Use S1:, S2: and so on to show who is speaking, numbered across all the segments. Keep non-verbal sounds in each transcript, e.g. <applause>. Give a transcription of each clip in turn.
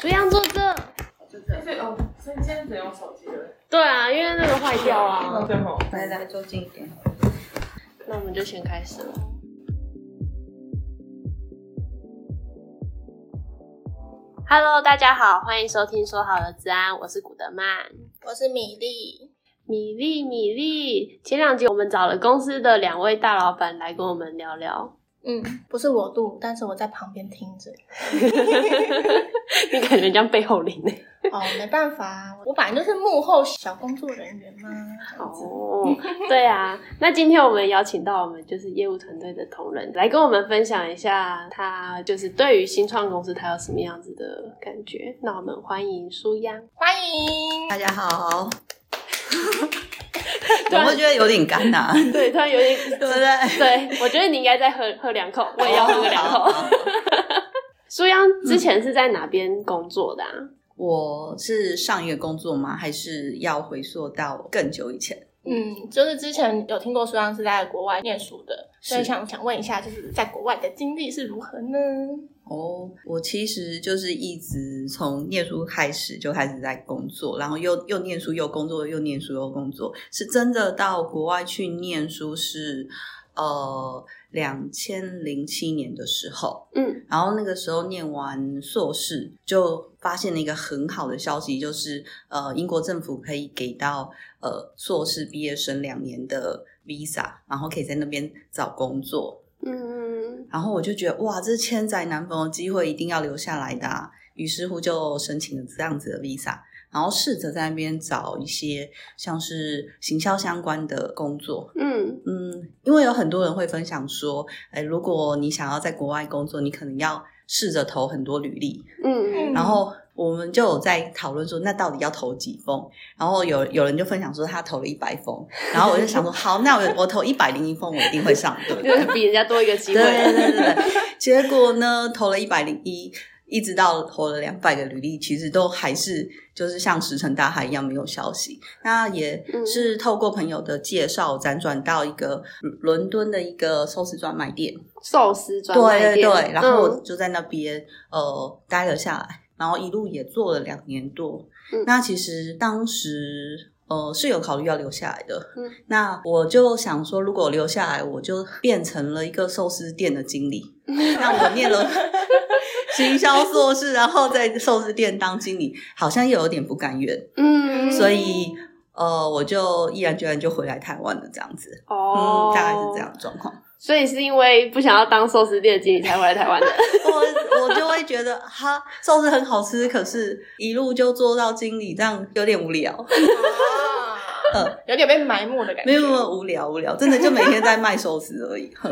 S1: 不要坐这。
S2: 就这
S3: 哎
S2: 样。
S3: 所以哦，所以你现在只能用手机了。哦
S1: 对啊，因为那个坏掉
S3: 那
S1: 啊。
S3: 最后，
S2: 来来，坐近一点。
S1: 那我们就先开始了。Hello，大家好，欢迎收听《说好的治安》，我是古德曼。
S2: 我是米粒，
S1: 米粒，米粒，前两集我们找了公司的两位大老板来跟我们聊 <laughs> 聊。
S2: 嗯，不是我录，但是我在旁边听着。
S1: 你感觉像背后灵呢？欸
S2: 哦，没办法，我本来就是幕后小工作人员嘛。
S1: 哦， <laughs> 对啊，那今天我们邀请到我们就是业务团队的同仁来跟我们分享一下，他就是对于新创公司他有什么样子的感觉。那我们欢迎舒央，
S2: 欢迎，
S4: 大家
S1: <laughs>
S4: 好，
S1: 突
S4: 我
S1: 然
S4: 会觉得有点干呐、
S1: <laughs> 啊 <laughs> 对，突然有点，
S4: 对不对？
S1: 对我觉得你应该再喝喝两口，我也要喝个两口。舒央之前是在哪边工作的啊？
S4: <laughs> 我是上一个工作吗？还是要回溯到更久以前？
S2: 嗯，就是之前有听过苏央是在国外念书的，所以
S4: 是
S2: 想想问一下，就是在国外的经历是如何呢？
S4: 哦，我其实就是一直从念书开始就开始在工作，然后又又念书又工作，又念书又工作，是真的到国外去念书是呃两千零七年的时候，
S1: 嗯，
S4: 然后那个时候念完硕士，就发现了一个很好的消息，就是呃，英国政府可以给到呃硕士毕业生两年的 visa，然后可以在那边找工作。
S1: 嗯，
S4: 然后我就觉得哇，这是千载难逢的机会，一定要留下来的、啊。于是乎就申请了这样子的 visa，然后试着在那边找一些像是行销相关的工作，
S1: 嗯，
S4: 嗯，因为有很多人会分享说，哎，如果你想要在国外工作，你可能要试着投很多履历。
S1: 嗯，
S4: 然后我们就有在讨论说，那到底要投几封？然后有有人就分享说他投了一百封，然后我就想说，好，那我我投一百零一封，我一定会上，对不
S1: 就
S4: 对？
S1: 是比人家多一个机
S4: 对
S1: 会。
S4: 对对对对。 <laughs> 结果呢，投了一百零一，一直到投了两百个履历，其实都还是就是像石沉大海一样没有消息。那也是
S1: 嗯
S4: 透过朋友的介绍，辗转到一个伦敦的一个寿司专卖店，
S1: 寿司专卖
S4: 对对
S1: 店，
S4: 对，然后我
S1: 嗯
S4: 就在那边、呃待了下来，然后一路也做了两年多。
S1: 嗯
S4: 那其实当时。呃，是有考虑要留下来的。
S1: 嗯
S4: 那我就想说，如果我留下来，我就变成了一个寿司店的经
S1: <laughs>
S4: 理。那我念了行销硕士，然后在寿司店当经理，好像又有点不甘愿，
S1: 嗯，
S4: 所以呃，我就毅然决然就回来台湾了，这样子。
S1: 哦、
S4: 嗯，大概是这样。的状况。
S1: 所以是因为不想要当寿司店的经理才回来台湾的。
S4: <laughs> 我我就会觉得哈，寿司很好吃，可是一路就做到经理，这样有点无聊。嗯
S2: 有点被埋没的感觉。
S4: 没有啊没有无聊无聊，真的就每天在卖寿司而已。哼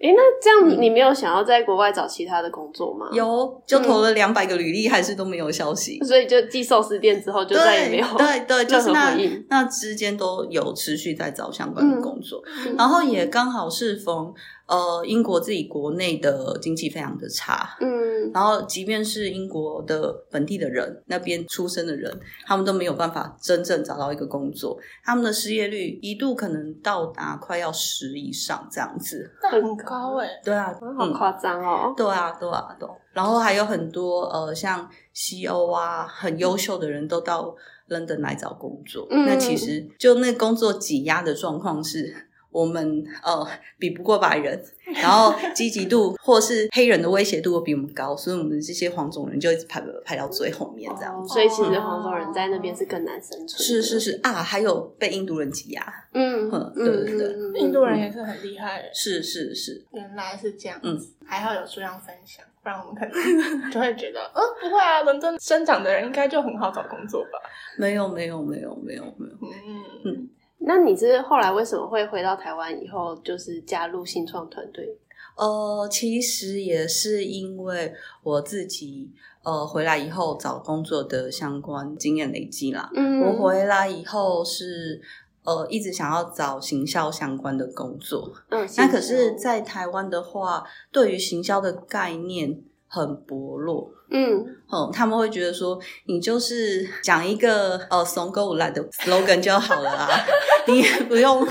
S1: 诶、那这样你没有想要在国外找其他的工作吗？，
S4: <laughs> 有就投了两百个履历，还是都没有消息。
S1: 所以就继寿司店之后嗯就再也没
S4: 对
S1: 有
S4: 对对，就
S1: 任
S4: 是
S1: 何
S4: 那
S1: 回应。
S4: 那之间都有持续在找相关的工作，
S1: 嗯
S4: 然后也刚好适逢呃英国自己国内的经济非常的差，
S1: <laughs> 嗯，
S4: 然后，即便是英国的本地的人，那边出生的人，他们都没有办法真正找到一个工作，他们的失业率一度可能到达快要十以上这样子。
S2: 那很高哎、
S4: 对啊，
S1: 好
S4: 嗯，
S1: 夸张哦。
S4: 对啊，对啊，对啊。然后还有很多呃，像西欧啊，很优秀的人都到 London 来找工作。
S1: 嗯
S4: 那其实就那工作挤压的状况是。我们呃比不过白人， <laughs> 然后积极度或是黑人的威胁度会比我们高，所以我们这些黄种人就一直排排到最后面这样
S1: 哦
S4: 子。
S1: 所以其实黄种人在那边是更难生存。
S4: 嗯是是，是啊，还有被印度人挤压，
S1: 嗯
S4: 嗯
S1: 嗯，
S4: 对对对
S1: 嗯
S2: 印度人也是很厉害、欸。
S4: 是是是，
S2: 原来是这样
S4: 嗯
S2: 子，还好有这样分享，不然我们可能 <laughs> 就会觉得，嗯，不会啊，伦敦生长的人应该就很好找工作吧。
S4: 没有没有没有没有没有，
S2: 嗯，
S1: 那你是后来为什么会回到台湾以后，就是加入新创团队？
S4: 呃，其实也是因为我自己呃回来以后找工作的相关经验累积啦。
S1: 嗯
S4: 我回来以后是呃一直想要找行销相关的工作，
S1: 嗯，
S4: 那可是，在台湾的话，对于行销的概念很薄弱，
S1: 嗯，
S4: 嗯，他们会觉得说你就是讲一个呃怂狗来的 slogan 就好了啊， <laughs> 你也不用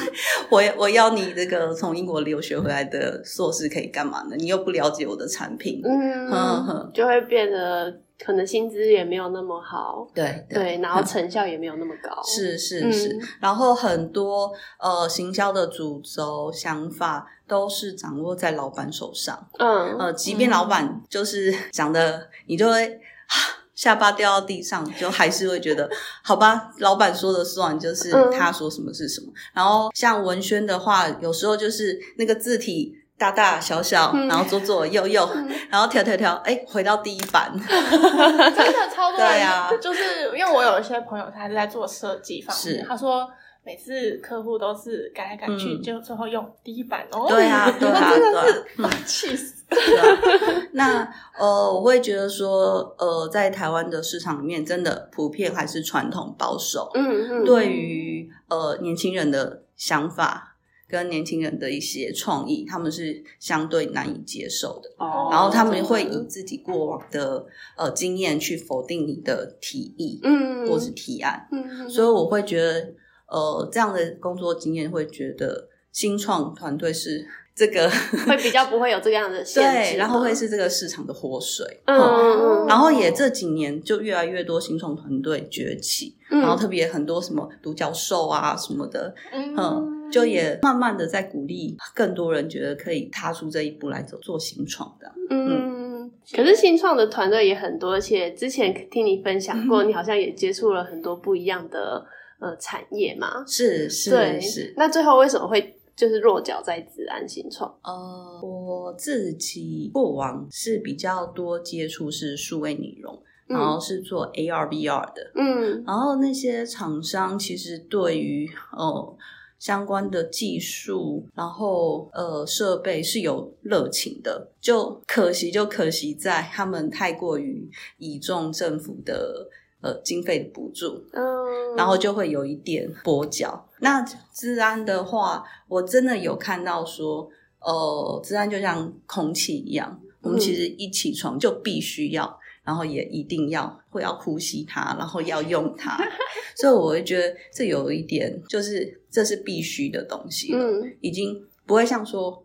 S4: 我我要你这个从英国留学回来的硕士可以干嘛呢？你又不了解我的产品，嗯
S1: 嗯
S4: 哼，
S1: 就会变得可能薪资也没有那么好，
S4: 对
S1: 对，然后成效也没有那么高，
S4: 是是
S1: 嗯
S4: 是，然后很多呃行销的主轴想法都是掌握在老板手上，
S1: 嗯
S4: 呃，即便老板就是 <laughs> 讲的，你就会、啊下巴掉到地上，就还是会觉得好吧，老板说的算，就是
S1: 嗯
S4: 他说什么是什么。然后像文轩的话，有时候就是那个字体。大大小小，
S1: 嗯
S4: 然后左左右右，
S2: 嗯
S4: 然后调调调，哎，回到第一版，
S2: 真的超多人，
S4: 对啊
S2: 就是因为我有一些朋友，他是在做设计方面，
S4: 是
S2: 他说每次客户都是改来改去，
S4: 嗯
S2: 就最后用第一版哦，
S4: 对啊，对啊，
S2: 真
S4: 对
S2: 的
S4: 啊
S2: 是，
S4: 嗯， <laughs> 啊
S2: 气死，
S4: 那呃，我会觉得说，呃，在台湾的市场里面，真的普遍还是传统保守，
S1: 嗯嗯，
S4: 对于呃年轻人的想法跟年轻人的一些创意，他们是相对难以接受的。
S1: 哦
S4: 然后他们会以自己过往的呃经验去否定你的提议
S1: 嗯，
S4: 或是提案，
S1: 嗯，
S4: 所以我会觉得，呃，这样的工作经验会觉得新创团队是
S1: <laughs>
S4: 这个
S1: 会比较不会有这个样的限制嘛，
S4: 对，然后会是这个市场的活水，
S1: 嗯嗯嗯，
S4: 然后也这几年就越来越多新创团队崛起，
S1: 嗯
S4: 然后特别很多什么独角兽啊什么的，嗯，
S2: 嗯，
S4: 就也慢慢的在鼓励更多人觉得可以踏出这一步来走做新创的。
S1: 嗯，可是新创的团队也很多，而且之前听你分享
S4: 嗯
S1: 过，你好像也接触了很多不一样的呃产业嘛。
S4: 是是
S1: 对
S4: 是，
S1: 那最后为什么会就是落脚在治安新创？
S4: 呃，我自己过往是比较多接触是数位内容，然后是做 AR VR 的，
S1: 嗯
S4: 然后那些厂商其实对于呃相关的技术，然后呃设备是有热情的，就可惜就可惜在他们太过于倚重政府的呃经费的补助，
S1: 嗯，
S4: 然后就会有一点跛脚。那治安的话，我真的有看到说，呃，治安就像空气一样，我们
S1: 嗯
S4: 其实一起床就必须要，然后也一定要会要呼吸它，然后要
S1: <laughs>
S4: 用它，所以我会觉得这有一点就是这是必须的东西了，
S1: 嗯
S4: 已经不会像说。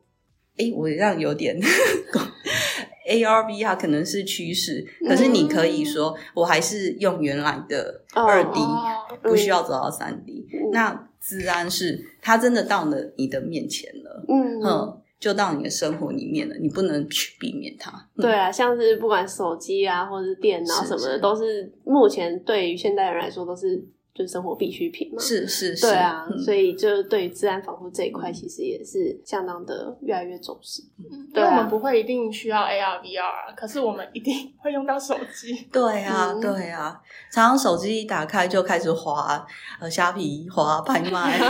S4: 诶，我这样有点 <laughs> ，A R V 它可能是趋势，可是你可以说，我还是用原来的
S1: 嗯哦
S4: 二 D，、
S2: 哦，
S4: 不需要走到三 D、
S1: 嗯
S4: 那自然是它真的到了你的面前了，
S1: 嗯嗯，
S4: 嗯，就到你的生活里面了，你不能去避免它。嗯
S1: 对，啊，像是不管手机啊，或者是电脑
S4: 是
S1: 什么
S4: 是
S1: 的，都是目前对于现代人来说都是就是生活必需品嘛。
S4: 是是是，
S1: 对啊，
S4: 嗯
S1: 所以就对于治安防护这一块，其实也是相当的越来越重视。
S2: 因
S1: 对
S2: 为
S1: 啊
S2: 我们不会一定需要 AR VR，啊可是我们一定会用到手
S4: <laughs>
S2: 机，
S4: 对啊
S1: 嗯
S4: 对啊，常常手机一打开就开始滑，呃，虾皮滑拍卖， <laughs> 滑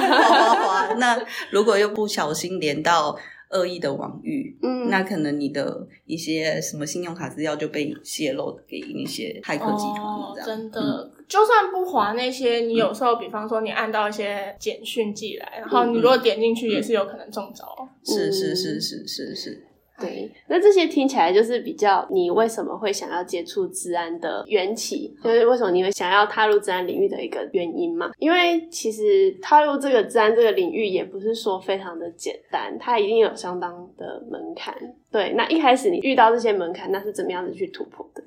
S4: 滑滑。那如果又不小心连到恶意的网域，
S1: 嗯，
S4: 那可能你的一些什么信用卡资料就被泄露给那些骇客集团
S2: 哦
S4: 了这样。嗯
S2: 真的、就算不划那些，你有时候比方说你按到一些简讯寄来，然后你如果点进去，也是有可能中招。
S4: 是
S1: 嗯
S4: 是是是是是，
S1: 对，
S2: 哎
S1: 那这些听起来就是比较你为什么会想要接触治安的缘起，就是为什么你会想要踏入治安领域的一个原因嘛？因为其实踏入这个治安这个领域也不是说非常的简单，它一定有相当的门槛。对，那一开始你遇到这些门槛，那是怎么样子去突破的？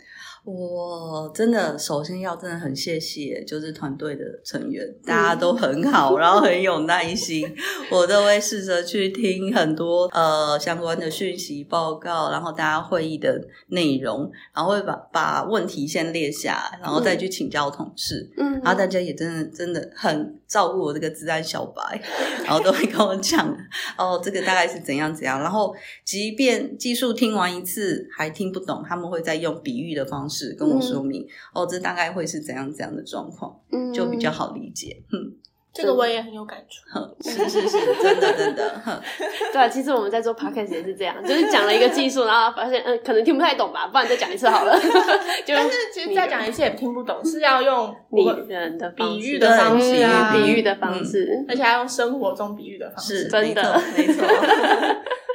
S4: 我真的首先要真的很谢谢，就是团队的成员，大家都很好，然后很有耐心，我都会试着去听很多呃相关的讯息报告，然后大家会议的内容，然后会把把问题先列下来，然后再去请教同事。
S1: 嗯
S4: 然后大家也真的真的很照顾我这个自然小白， <laughs> 然后都会跟我讲哦，这个大概是怎样怎样。然后即便技术听完一次还听不懂，他们会再用比喻的方式跟
S2: 嗯
S4: 我说明、哦，这大概会是怎样怎样的状况，
S1: 嗯
S4: 就比较好理解。 <laughs> 嗯，
S2: 这个我也很有感触。
S4: 是是是，真的真的。哼
S1: <laughs> 对啊，其实我们在做 podcast 也是这样，就是讲了一个技术，然后发现嗯可能听不太懂吧，不然再讲一次好了。 <laughs> 就
S2: 但是其实再讲一次也听不懂，是要用
S1: 拟
S2: 我
S1: 人的方
S2: 比
S1: 式
S2: 喻的方式啊，
S1: 比喻的方式，
S2: 而且要用生活中比喻的方式。
S4: 嗯是
S1: 真的
S2: <laughs>
S4: 没错没错，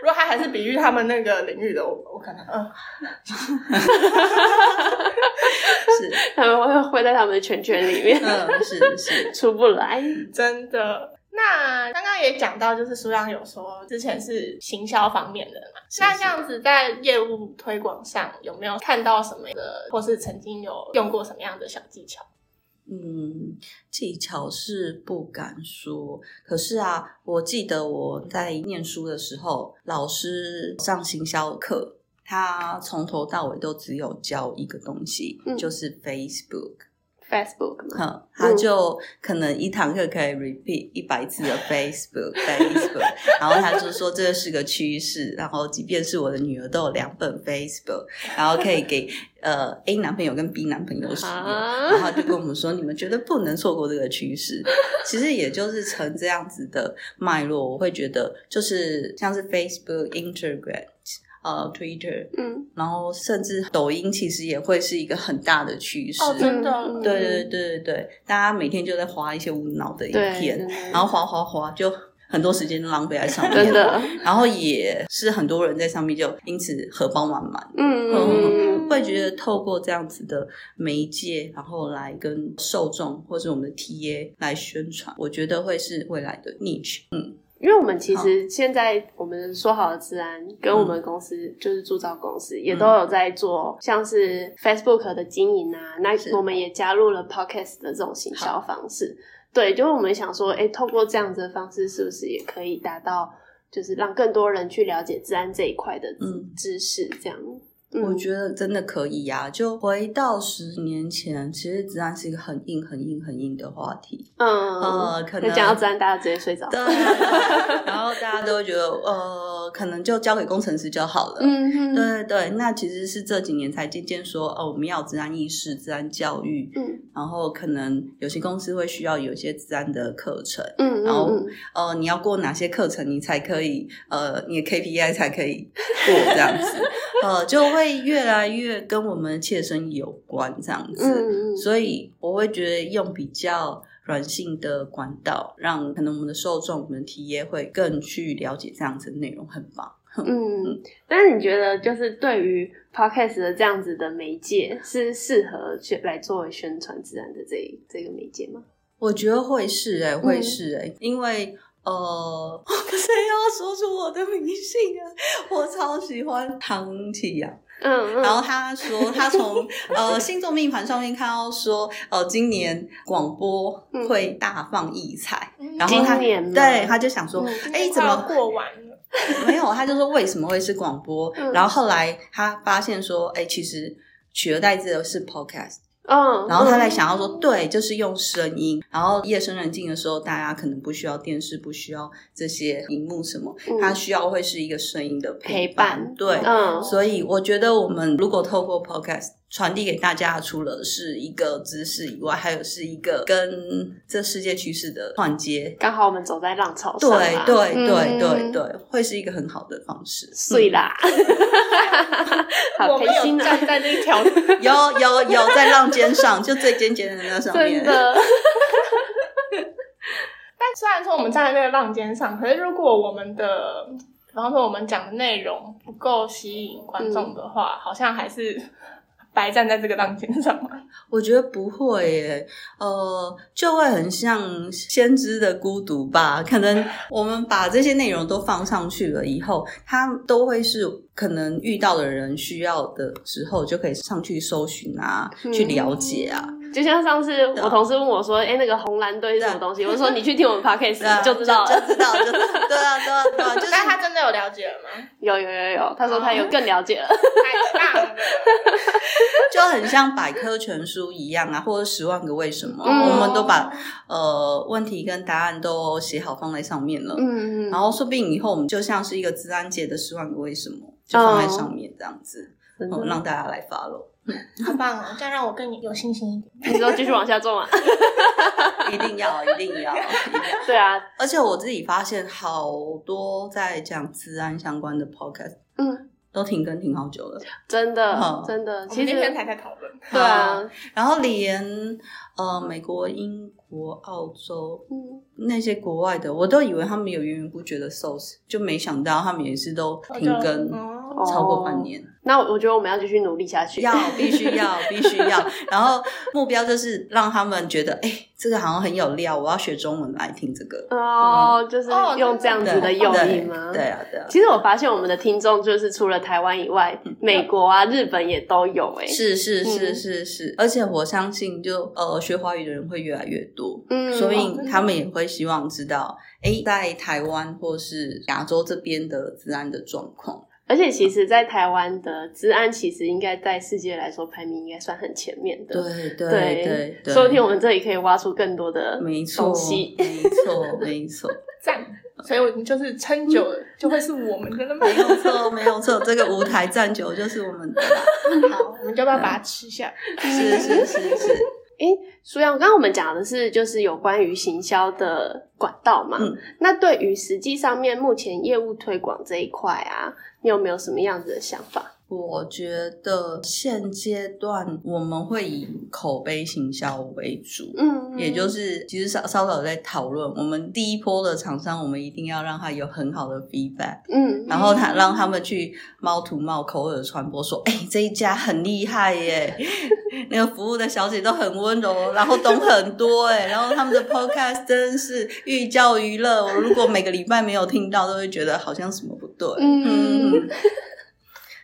S2: 如果他还是比喻他们那个领域的，我我可能嗯，
S4: 是，
S1: 他们会会在他们的圈圈里面、
S4: 嗯，是
S1: <laughs>
S4: 是，
S1: 出不来。
S2: 真的。那刚刚也讲到，就是苏央有说之前是行销方面的嘛，
S4: 是
S2: 那
S4: 是
S2: 这样子在业务推广上有没有看到什么的，或是曾经有用过什么样的小技巧？
S4: 嗯，技巧是不敢说，可是啊，我记得我在念书的时候，老师上行销课，他从头到尾都只有教一个东西，
S1: 嗯
S4: 就是 Facebook。
S1: Facebook 嘛，
S4: 哼，他就可能一堂课可以 repeat 一百次的 Facebook Facebook，然后他就说这是个趋势，然后即便是我的女儿都有两本 Facebook，然后可以给呃 A 男朋友跟 B 男朋友使用，
S1: 啊
S4: 然后就跟我们说你们绝对不能错过这个
S1: <laughs>
S4: 趋势。其实也就是成这样子的脉络，我会觉得就是像是 Facebook、Instagram。呃，Twitter，
S1: 嗯，
S4: 然后甚至抖音，其实也会是一个很大的趋势。
S2: 哦真的
S1: 嗯
S4: 对对对对对，大家每天就在划一些无脑的影
S1: 对，
S4: 片，
S1: 真的
S4: 然后划划划，就很多时间都浪费在上面，
S1: 真，的，
S4: 然后也是很多人在上面就因此荷包满满。
S1: 嗯嗯嗯
S4: <laughs> 嗯，会觉得透过这样子的媒介，然后来跟受众或者我们的 TA 来宣传，我觉得会是未来的 niche。嗯，
S1: 因为我们其实现在我们说好的治安
S4: 嗯
S1: 跟我们公司、就是铸造公司也都有在做，像是 Facebook 的经营啊，那
S4: 是
S1: 我们也加入了 Podcast 的这种行销方式。对，就是我们想说，哎，透过这样子的方式，是不是也可以达到，就是让更多人去了解治安这一块的知
S4: 嗯
S1: 知识？这样，
S4: 我
S1: 嗯
S4: 觉得真的可以呀、就回到十年前，其实治安是一个很硬、很硬、很硬的话题。
S1: 嗯
S4: 呃可能
S1: 那讲到治安，大家直接睡着。
S4: 对， <laughs> 然后大家都会觉得，呃，可能就交给工程师就好了。
S1: 嗯哼，
S4: 对对，那其实是这几年才渐渐说，哦，我们要有治安意识、治安教育，
S1: 嗯
S4: 然后可能有些公司会需要有一些治安的课程，
S1: 嗯嗯
S4: 然后
S1: 嗯，
S4: 呃，你要过哪些课程，你才可以，呃，你的 KPI 才可以过这样子， <laughs> 呃，就会越来越跟我们切身有关这样子。
S1: 嗯嗯，
S4: 所以我会觉得用比较软性的管道，让可能我们的受众、我们的体验会更去了解这样子的内容，很棒。
S1: 嗯，但是你觉得就是对于 podcast 的这样子的媒介，是适合去来作为宣传自然的这一这个媒介吗？
S4: 我觉得会是哎、会是哎、因为呃， <laughs> 我不是要说出我的迷信啊，我超喜欢唐启阳。
S1: 嗯
S4: 然后他说，
S1: <laughs>
S4: 他从呃星座命盘上面看到说，呃，今年广播会大放异彩，
S2: 嗯
S4: 然后他
S1: 嗯今年吗
S4: 对他就想说，
S2: 嗯
S4: 哎、
S2: 因为
S4: 怎
S2: 快要
S4: 么
S2: 过完了？
S4: 没有，他就说为什么会是广播，
S1: 嗯
S4: 然后后来他发现说，哎、其实取而代之的是 podcast，
S1: 嗯，
S4: 然后他在想要说，对，就是用声音，然后夜深人静的时候，大家可能不需要电视，不需要这些荧幕什么，
S1: 嗯
S4: 他需要会是一个声音的
S1: 陪
S4: 伴，
S1: 伴，
S4: 对，
S1: 嗯
S4: 所以我觉得我们如果透过 podcast 传递给大家，除了是一个知识以外，还有是一个跟这世界趋势的串接。
S1: 刚好我们走在浪潮
S4: 对
S1: 上啦，
S4: 对对对
S1: 嗯，
S4: 对，会是一个很好的方式。
S1: 碎
S4: <laughs>
S1: 啦，好
S2: 我
S1: 开
S2: 们有
S1: 心啊！
S2: 站在那一
S4: <laughs>
S2: 条
S4: 嗯有有有在浪尖上，就最尖尖的那上面
S1: 真。的，
S2: 但虽然说我们站在那个浪尖上，可是如果我们的，比方说我们讲的内容不够吸引观众的话，
S4: 嗯
S2: 好像还是白站在这个浪尖上嘛。
S4: 我觉得不会耶，呃，就会很像先知的孤独吧。可能我们把这些内容都放上去了以后，它都会是可能遇到的人需要的时候，就可以上去搜寻啊，
S1: 嗯
S4: 去了解啊。
S1: 就像上次我同事问我说：“哎，那个红蓝队是什么东西？”我说：“你去听我们
S4: 对啊
S1: podcast 就知道
S4: 就
S1: 了。
S4: 知道，就对啊，对啊，对啊，
S1: <laughs>
S4: 就是
S2: 但他真的有了解了吗？”
S1: 有有有有，他说他有更了解
S4: 哦
S1: 了。
S2: 太棒了！
S4: 就很像百科全书一样啊，或者十万个为什么，
S1: 嗯
S4: 我们都把呃问题跟答案都写好放在上面了。
S1: 嗯嗯
S4: 然后说不定以后我们就像是一个治安界的十万个为什么，就放在上面这样子，
S1: 真
S4: 哦
S1: 的
S4: 让大家来 follow，
S2: 好棒哦，这样让我更有信心一点。
S1: 你说继续往下做嘛？
S4: 一定要，一定要，一定要。
S1: 对啊，
S4: 而且我自己发现，好多在讲治安相关的 podcast，
S1: 嗯，
S4: 都停更停好久了。
S1: 真的
S4: 好
S1: 真的，
S2: 我
S1: 其
S2: 们
S1: 实
S2: 今天才在讨论，
S4: <laughs>
S1: 对啊，
S4: 然后连呃美国、英国、澳洲
S1: 嗯，
S4: 那些国外的，我都以为他们有源源不绝的 source，就没想到他们也是都停更
S1: 嗯
S2: 哦
S4: 超过半年。
S1: 那我觉得我们要继续努力下 <laughs> 去，
S4: 要 <laughs> 必须要必须要，然后目标就是让他们觉得，哎、这个好像很有料，我要学中文来听这个。嗯
S1: 哦，就是
S2: 哦
S1: 用这样
S4: 对
S1: 子的用意
S4: 对
S1: 吗？
S4: 对啊，对啊，
S1: 其实我发现我们的听众就是除了台湾以外，美国啊、日本也都有哎、
S4: 嗯是是
S1: 嗯
S4: 是是是，而且我相信就，呃学华语的人会越来越多，
S1: 嗯，
S4: 所
S2: 哦真
S4: 以
S2: 的
S4: 他们也会希望知道，哎，在台湾或是亚洲这边的治安的状况。
S1: 而且其实，在台湾的治安其实应该在世界来说排名应该算很前面的。
S4: 对对
S1: 对
S4: 对对，
S1: 说不定我们这里可以挖出更多的
S4: 没错
S1: 东西，
S4: 没错没错。
S2: 赞，所以我们就是撑久了就会是我们的了嘛
S4: 没。有错，没有错，这个舞台站久就是我们
S1: <laughs>
S4: 的啦。
S2: 好，我们就要把它吃下。
S4: 是是是是，
S1: 苏阳，刚刚我们讲的是就是有关于行销的管道嘛，
S4: 嗯
S1: 那对于实际上面目前业务推广这一块啊，你有没有什么样子的想法？
S4: 我觉得现阶段我们会以口碑行销为主。
S1: 嗯，
S4: 也就是，其实稍稍早在讨论，我们第一波的厂商，我们一定要让他有很好的 feedback，
S1: 嗯，
S4: 然后他让他们去猫涂猫口耳传播，说：“哎、这一家很厉害耶， <laughs> 那个服务的小姐都很温柔，然后懂很多哎，然后他们的 podcast 真是寓教于乐。我如果每个礼拜没有听到，都会觉得好像什么不对。
S1: 嗯
S4: 嗯， <laughs>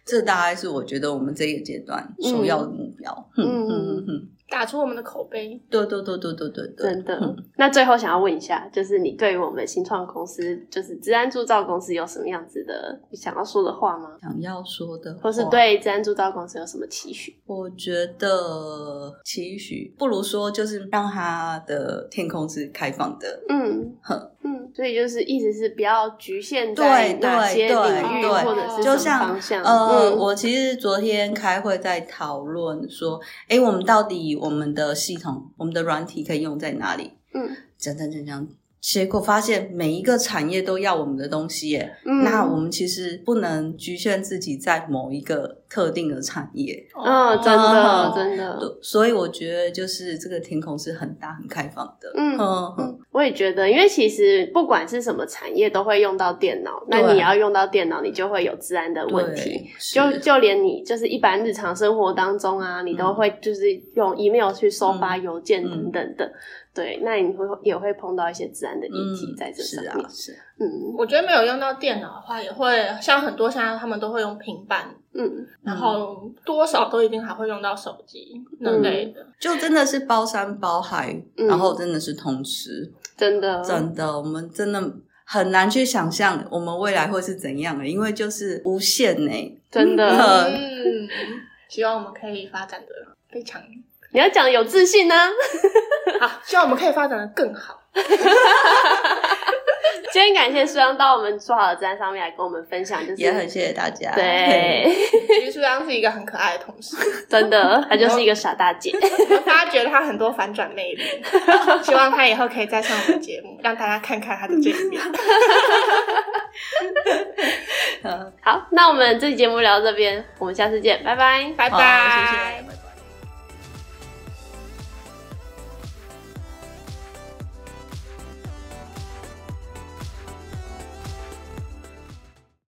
S4: 这大概是我觉得我们这个阶段首要的目标。嗯
S1: 嗯
S4: 嗯嗯，
S2: 打出我们的口碑，
S4: 对对对对对对对
S1: 真。的。
S4: 嗯
S1: 那最后想要问一下，就是你对于我们新创公司，就是治安铸造公司有什么样子的你想要说的话吗？
S4: 想要说的话，
S1: 或是对治安铸造公司有什么期许？
S4: 我觉得期许不如说就是让它的天空是开放的，
S1: 嗯
S4: 呵，
S1: 嗯，所以就是意思是不要局限在
S4: 对
S1: 哪些
S4: 对
S1: 领域
S2: 对
S1: 或者是
S4: 就
S1: 什么
S4: 像
S1: 方向。
S4: 呃，
S1: 嗯
S4: 我其实昨天开会在讨论说，诶，我们到底我们的系统、我们的软体可以用在哪里？
S1: 嗯
S4: 讲讲讲讲，结果发现每一个产业都要我们的东西耶。
S1: 嗯
S4: 那我们其实不能局限自己在某一个特定的产业，
S1: 嗯，真的
S4: 哦
S1: 真的。
S4: 对所以我觉得就是这个天空是很大、很开放的。
S1: 嗯
S4: 嗯嗯
S1: 嗯，我也觉得，因为其实不管是什么产业都会用到电脑，那
S4: 对
S1: 你要用到电脑，你就会有治安的问题。
S4: 对，是
S1: 就就连你就是一般日常生活当中啊，你都会就是用 email 去收发邮件等等
S4: 嗯
S1: 的，对，那你会也会碰到一些治安的议题
S4: 嗯
S1: 在这上
S4: 是
S1: 面
S4: 啊，，是啊
S1: 嗯
S2: 我觉得没有用到电脑的话，也会像很多现在他们都会用平板，
S1: 嗯
S2: 然后多少都一定还会用到手机那类的。
S4: 就真的是包山包海，
S1: 嗯
S4: 然后真的是通吃。
S1: 真的，
S4: 真的，我们真的很难去想象我们未来会是怎样的，因为就是无限呢、
S1: 真的，
S4: <laughs> 嗯
S2: 嗯，希望我们可以发展的非常
S1: 你要讲有自信啊呢、
S2: 好，希望我们可以发展的更好。
S1: <laughs> 今天感谢苏阳到我们做好的治安上面来跟我们分享，就是
S4: 也很谢谢大家。嘿，
S1: 对，
S2: 其实苏央是一个很可爱的同事，
S1: 真的，她就是一个傻大姐。 <laughs>
S2: 我发觉他很多反转魅力，希望他以后可以再上我们节目，让大家看看他的这一
S4: <laughs>
S2: 面。
S1: 好，那我们这期节目聊到这边，我们下次见，拜拜，
S2: 拜
S4: <laughs> 好
S2: 拜。
S4: 谢谢，拜拜。